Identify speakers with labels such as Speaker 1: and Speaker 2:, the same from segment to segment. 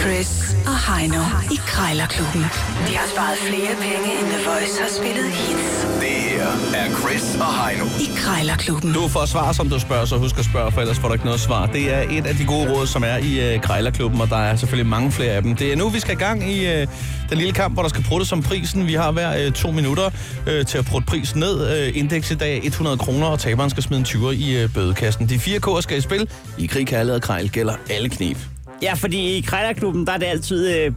Speaker 1: Chris og Heino i Krejlerklubben. De har sparet flere penge, end The Voice har spillet hits
Speaker 2: Det her er Chris og Heino.
Speaker 1: i Krejlerklubben.
Speaker 3: Du får svar, som du spørger, så husk at spørge, for ellers får du ikke noget svar. Det er et af de gode råd, som er i øh, Grejlerklubben, og der er selvfølgelig mange flere af dem. Det er nu, vi skal i gang i øh, den lille kamp, hvor der skal pruttes som prisen. Vi har hver øh, to minutter øh, til at prutte prisen ned. Øh, indeks i dag er 100 kroner, og taberen skal smide en 20'er i øh, bødekassen. De fire kår skal i spil. I krig, kærlighed og krejl gælder alle knep.
Speaker 4: Ja, fordi i Krejlerklubben, der er det altid øh,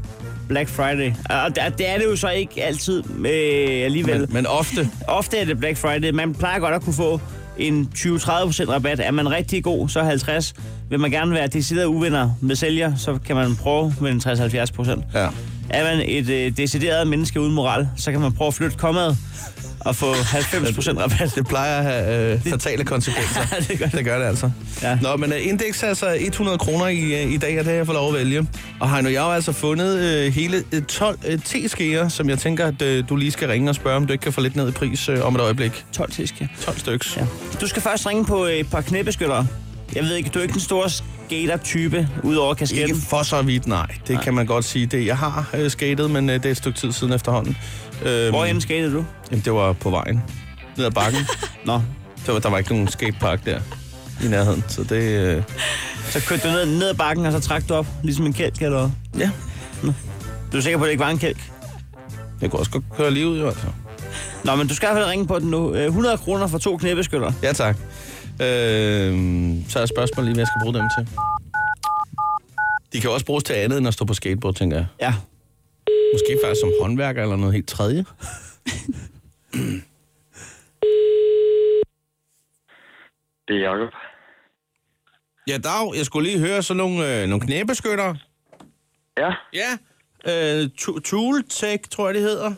Speaker 4: Black Friday. Og der, det er det jo så ikke altid øh, alligevel.
Speaker 3: Men, men ofte
Speaker 4: Ofte er det Black Friday. Man plejer godt at kunne få en 20-30% rabat. Er man rigtig god, så 50. Vil man gerne være decideret uvinder med sælger, så kan man prøve med en 60-70%.
Speaker 3: Ja.
Speaker 4: Er man et øh, decideret menneske uden moral, så kan man prøve at flytte kommaet og få 90% rabat.
Speaker 3: Det plejer at have øh, fatale konsekvenser.
Speaker 4: Ja, det gør det.
Speaker 3: det gør det altså. Ja.
Speaker 4: Ja.
Speaker 3: Nå, men uh, indeks er altså 100 kroner i, uh, i dag, og det har jeg fået lov at vælge. Og Heino, jeg har jo altså fundet uh, hele øh, 12 uh, teskeer, som jeg tænker, at uh, du lige skal ringe og spørge, om du ikke kan få lidt ned i pris uh, om et øjeblik.
Speaker 4: 12 tiske.
Speaker 3: 12 styks. Ja.
Speaker 4: Ja. Du skal først ringe på et par knæbeskyttere. Jeg ved ikke, du er ikke den store skater-type, udover kasketten.
Speaker 3: Ikke for så vidt, nej. Det nej. kan man godt sige. Det, jeg har uh, skatet, men uh, det er et stykke tid siden efterhånden. Uh,
Speaker 4: Hvorhen skatede du?
Speaker 3: Jamen, det var på vejen. Ned ad bakken.
Speaker 4: Nå,
Speaker 3: der, var, der var ikke nogen skatepark der i nærheden, så det... Uh,
Speaker 4: så kørte du ned, ned ad bakken, og så trak du op, ligesom en kælk eller hvad?
Speaker 3: ja,
Speaker 4: Du er sikker på, at det ikke var en kælk?
Speaker 3: jeg kunne også godt køre lige ud, jo altså.
Speaker 4: Nå, men du skal i hvert fald ringe på den nu. Øh, 100 kroner for to knæbeskytter.
Speaker 3: Ja, tak. Øh, så er spørgsmålet lige, hvad jeg skal bruge dem til. De kan også bruges til andet end at stå på skateboard, tænker jeg.
Speaker 4: Ja.
Speaker 3: Måske faktisk som håndværker eller noget helt tredje.
Speaker 5: Det er Jacob.
Speaker 3: Ja, Dag, jeg skulle lige høre sådan nogle, øh, nogle knæbeskyttere.
Speaker 5: Ja,
Speaker 3: Ja, øh, Tu- Tuletech, tror jeg, det hedder,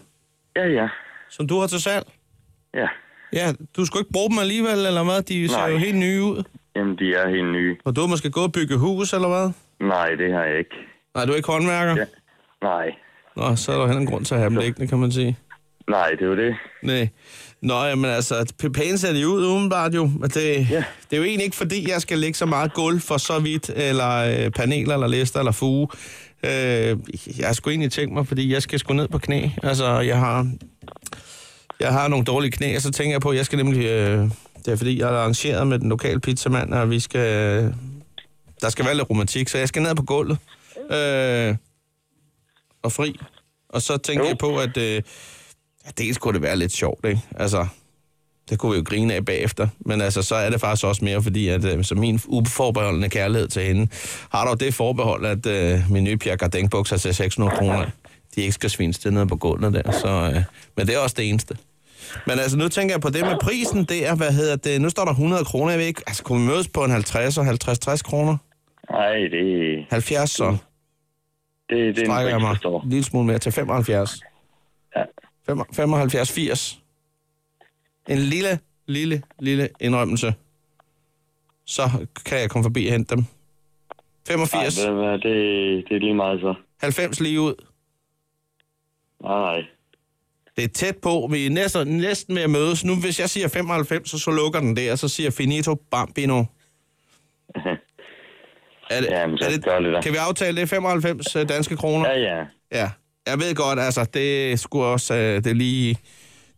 Speaker 5: ja, ja,
Speaker 3: som du har til salg.
Speaker 5: ja.
Speaker 3: Ja, du skulle ikke bruge dem alligevel, eller hvad? De ser
Speaker 5: Nej.
Speaker 3: jo helt nye ud.
Speaker 5: Jamen, de er helt nye.
Speaker 3: Og du har måske gået og bygge hus, eller hvad?
Speaker 5: Nej, det har jeg ikke.
Speaker 3: Nej, du er ikke håndværker?
Speaker 5: Ja. Nej,
Speaker 3: Nå, så er der jo heller en grund til at have dem liggende, kan man sige.
Speaker 5: nej, det er jo det.
Speaker 3: Nej. Nå, jamen altså, p- pænt ser de ud udenbart jo. Og Det, ja.
Speaker 5: Ja.
Speaker 3: det er jo egentlig ikke, fordi jeg skal lægge så meget gulv for så vidt, eller øh, paneler, eller lister, eller fuge. Øh, jeg skulle egentlig tænke mig, fordi jeg skal sgu ned på knæ. Altså, jeg har, jeg har nogle dårlige knæ, og så tænker jeg på, at jeg skal nemlig... Øh, det er fordi, jeg har arrangeret med den lokale pizzamand, og vi skal... Øh, der skal være lidt romantik, så jeg skal ned på gulvet. Øh, og fri. Og så tænker
Speaker 5: Jo.
Speaker 3: jeg på, at... Øh, Ja, dels kunne det være lidt sjovt, ikke? Altså, det kunne vi jo grine af bagefter. Men altså, så er det faktisk også mere, fordi at, øh, så min uforbeholdende kærlighed til hende har dog det forbehold, at øh, min nye Pierre Gardin-bukser til 600 kroner, de ikke skal svines til nede på gulvet der. Så, øh, men det er også det eneste. Men altså, nu tænker jeg på det med prisen, det er, hvad hedder det, nu står der 100 kroner, jeg ved ikke, altså, kunne vi mødes på en 50 og 50-60 kroner?
Speaker 5: Nej, det,
Speaker 3: 70 så,
Speaker 5: det, det er
Speaker 3: strækker
Speaker 5: en
Speaker 3: jeg
Speaker 5: pris,
Speaker 3: mig
Speaker 5: der står.
Speaker 3: en lille smule mere til 75.
Speaker 5: Ja.
Speaker 3: 75, 80. En lille, lille, lille indrømmelse. Så kan jeg komme forbi og hente dem. 85,
Speaker 5: Nej, ved du hvad, det, det er lige meget så.
Speaker 3: 90 lige ud.
Speaker 5: Nej, nej. Det
Speaker 3: Det er tæt på. Vi er næsten, næsten ved at mødes. Nu, hvis jeg siger 95, så, så lukker den der, og så siger finito, bambino. Er det,
Speaker 5: Jamen, så
Speaker 3: er det,
Speaker 5: gør det da.
Speaker 3: kan vi aftale det? 95 øh, danske kroner?
Speaker 5: Ja, ja.
Speaker 3: Ja, jeg ved godt, altså, det skulle også, øh, det er lige,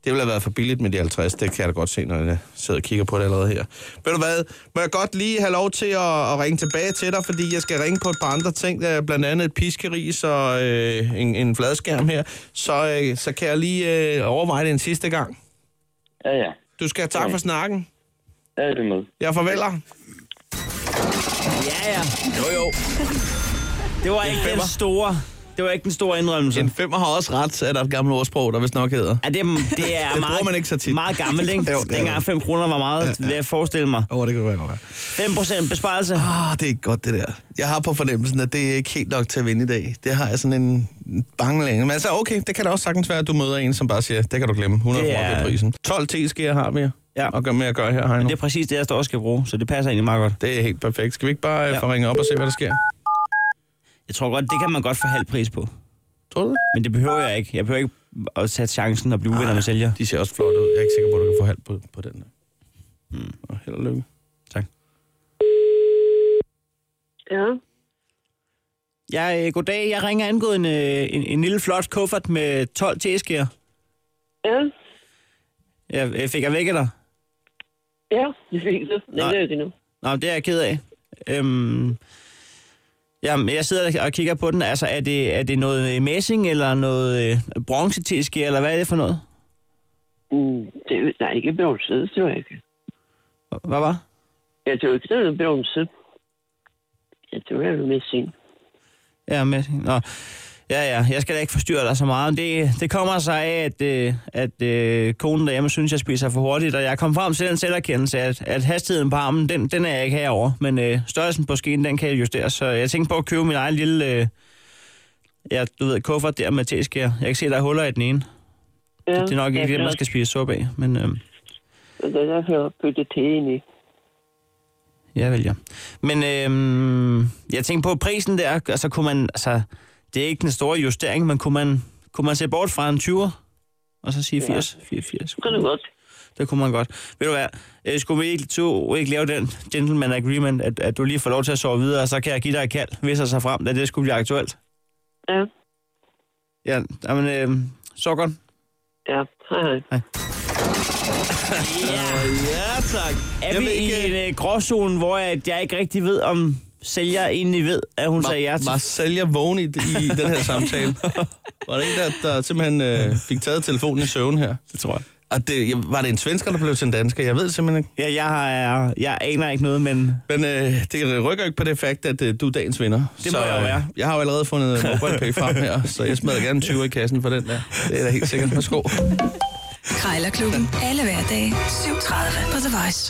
Speaker 3: det ville have været for billigt med de 50, det kan jeg da godt se, når jeg sidder og kigger på det allerede her. Ved du hvad, må jeg godt lige have lov til at, at ringe tilbage til dig, fordi jeg skal ringe på et par andre ting, der er blandt andet et piskeris og øh, en, en fladskærm her, så, øh, så kan jeg lige øh, overveje det en sidste gang.
Speaker 5: Ja, ja.
Speaker 3: Du skal have tak for snakken.
Speaker 5: Ja, det er med.
Speaker 3: Jeg farveler.
Speaker 4: Ja, ja.
Speaker 3: Jo, jo.
Speaker 4: Det var ikke den
Speaker 3: femmer.
Speaker 4: store, det var ikke den store indrømmelse.
Speaker 3: En femmer har også ret, er der et gammelt ordsprog, der vist nok hedder.
Speaker 4: Ja, det, er- det er
Speaker 3: bruger
Speaker 4: meget,
Speaker 3: man ikke så tit.
Speaker 4: meget gammelt, ikke?
Speaker 3: Jo, det er
Speaker 4: Dengang
Speaker 3: det.
Speaker 4: 5 kroner var meget, vil jeg forestille mig.
Speaker 3: Åh, oh, det kan være godt.
Speaker 4: 5% besparelse.
Speaker 3: Ah, det er ikke godt, det der. Jeg har på fornemmelsen, at det er ikke helt nok til at vinde i dag. Det har jeg sådan en bange længe. Men altså, okay, det kan da også sagtens være, at du møder en, som bare siger, det kan du glemme. 100
Speaker 4: Det
Speaker 3: kroner
Speaker 4: er-
Speaker 3: er... prisen. 12 teskeer har vi
Speaker 4: Ja.
Speaker 3: og gør med at gøre her, Heino.
Speaker 4: Det er præcis det, jeg står og skal bruge, så det passer egentlig meget godt.
Speaker 3: Det er helt perfekt. Skal vi ikke bare ja.
Speaker 4: Ja.
Speaker 3: få ringet op og se, hvad der sker?
Speaker 4: Jeg tror godt, det kan man godt få halv pris på.
Speaker 3: Tror du det?
Speaker 4: Men det behøver jeg ikke. Jeg behøver ikke at tage chancen og blive uvenner med sælger.
Speaker 3: De ser også flot ud. Jeg er ikke sikker på, at du kan få halv på, på den der. Mm. Og held og lykke.
Speaker 4: Tak.
Speaker 6: Ja,
Speaker 4: Jeg, øh, goddag, jeg ringer angået en, øh, en, en lille flot kuffert med 12 teskeer.
Speaker 6: Ja,
Speaker 4: Jeg, jeg fik jeg væk af dig?
Speaker 6: ja, det fik du. Det
Speaker 4: Nej.
Speaker 6: er det nu.
Speaker 4: Nå, det er jeg ked af. Øhm, jamen, jeg sidder og kigger på den. Altså, er det, er det noget øh, messing eller noget øh, bronzeteske, eller hvad er det for noget?
Speaker 6: Mm, det der er ikke bronze, tror jeg ikke.
Speaker 4: Hvad var?
Speaker 6: Jeg tror ikke, det er bronze. Jeg tror, det er noget messing.
Speaker 4: Ja, messing. Nå. Ja, ja, jeg skal da ikke forstyrre dig så meget. Det, det kommer sig af, at, øh, at øh, konen derhjemme synes, jeg spiser for hurtigt, og jeg kom frem til den selverkendelse, at, at hastigheden på armen, den, den er jeg ikke herover, men øh, størrelsen på skeen, den kan justeres. Så jeg tænkte på at købe min egen lille, øh, ja, du ved, kuffert der med teskærer. Jeg kan se, der er huller i den ene.
Speaker 6: Ja,
Speaker 4: Det er nok ikke det, man
Speaker 6: klart.
Speaker 4: skal spise suppe af, men øh,
Speaker 6: Det er derfor, jeg putter te ind i.
Speaker 4: ja, vel ja. Men øh, jeg tænkte på prisen der, altså kunne man, altså, det er ikke den store justering, men kunne man, kunne man se bort fra en 20'er? Og så sige 80, 84.
Speaker 6: Det kan du godt.
Speaker 4: Det kunne man godt. Ved du hvad, øh, skulle vi ikke, to, ikke lave den gentleman agreement, at, at du lige får lov til at sove videre, og så kan jeg give dig et kald, hvis jeg så frem, da det skulle blive aktuelt?
Speaker 6: Ja,
Speaker 4: Ja, jamen, øh, så godt.
Speaker 6: ja. Hej, hej.
Speaker 4: Ja, tak. Er
Speaker 3: Jeg
Speaker 4: vi
Speaker 3: ved
Speaker 4: ikke...
Speaker 3: ikke-
Speaker 4: i en øh, gråzone, hvor at jeg ikke rigtig ved, om sælger egentlig ved, at hun sagde ja til?
Speaker 3: Var sælger vågen i, i den her samtale? Var det en, der, der simpelthen øh, fik taget telefonen i søvn her?
Speaker 4: Det tror jeg.
Speaker 3: Og det, jeg- var det en svensker, der blev til en dansker? Jeg ved det simpelthen ikke.
Speaker 4: Ja, jeg, har, jeg aner ikke noget, men
Speaker 3: Men øh, det rykker ikke på det fakt, at øh, du er dagens vinder.
Speaker 4: Det må jeg jo
Speaker 3: øh,
Speaker 4: være.
Speaker 3: Jeg har jo allerede fundet MobilePay frem her, så jeg smadrer gerne 20 i kassen for den der. Det er da helt sikkert. Værsgo.
Speaker 1: Krejlerklubben. Alle hverdage. 7.30 på The Voice.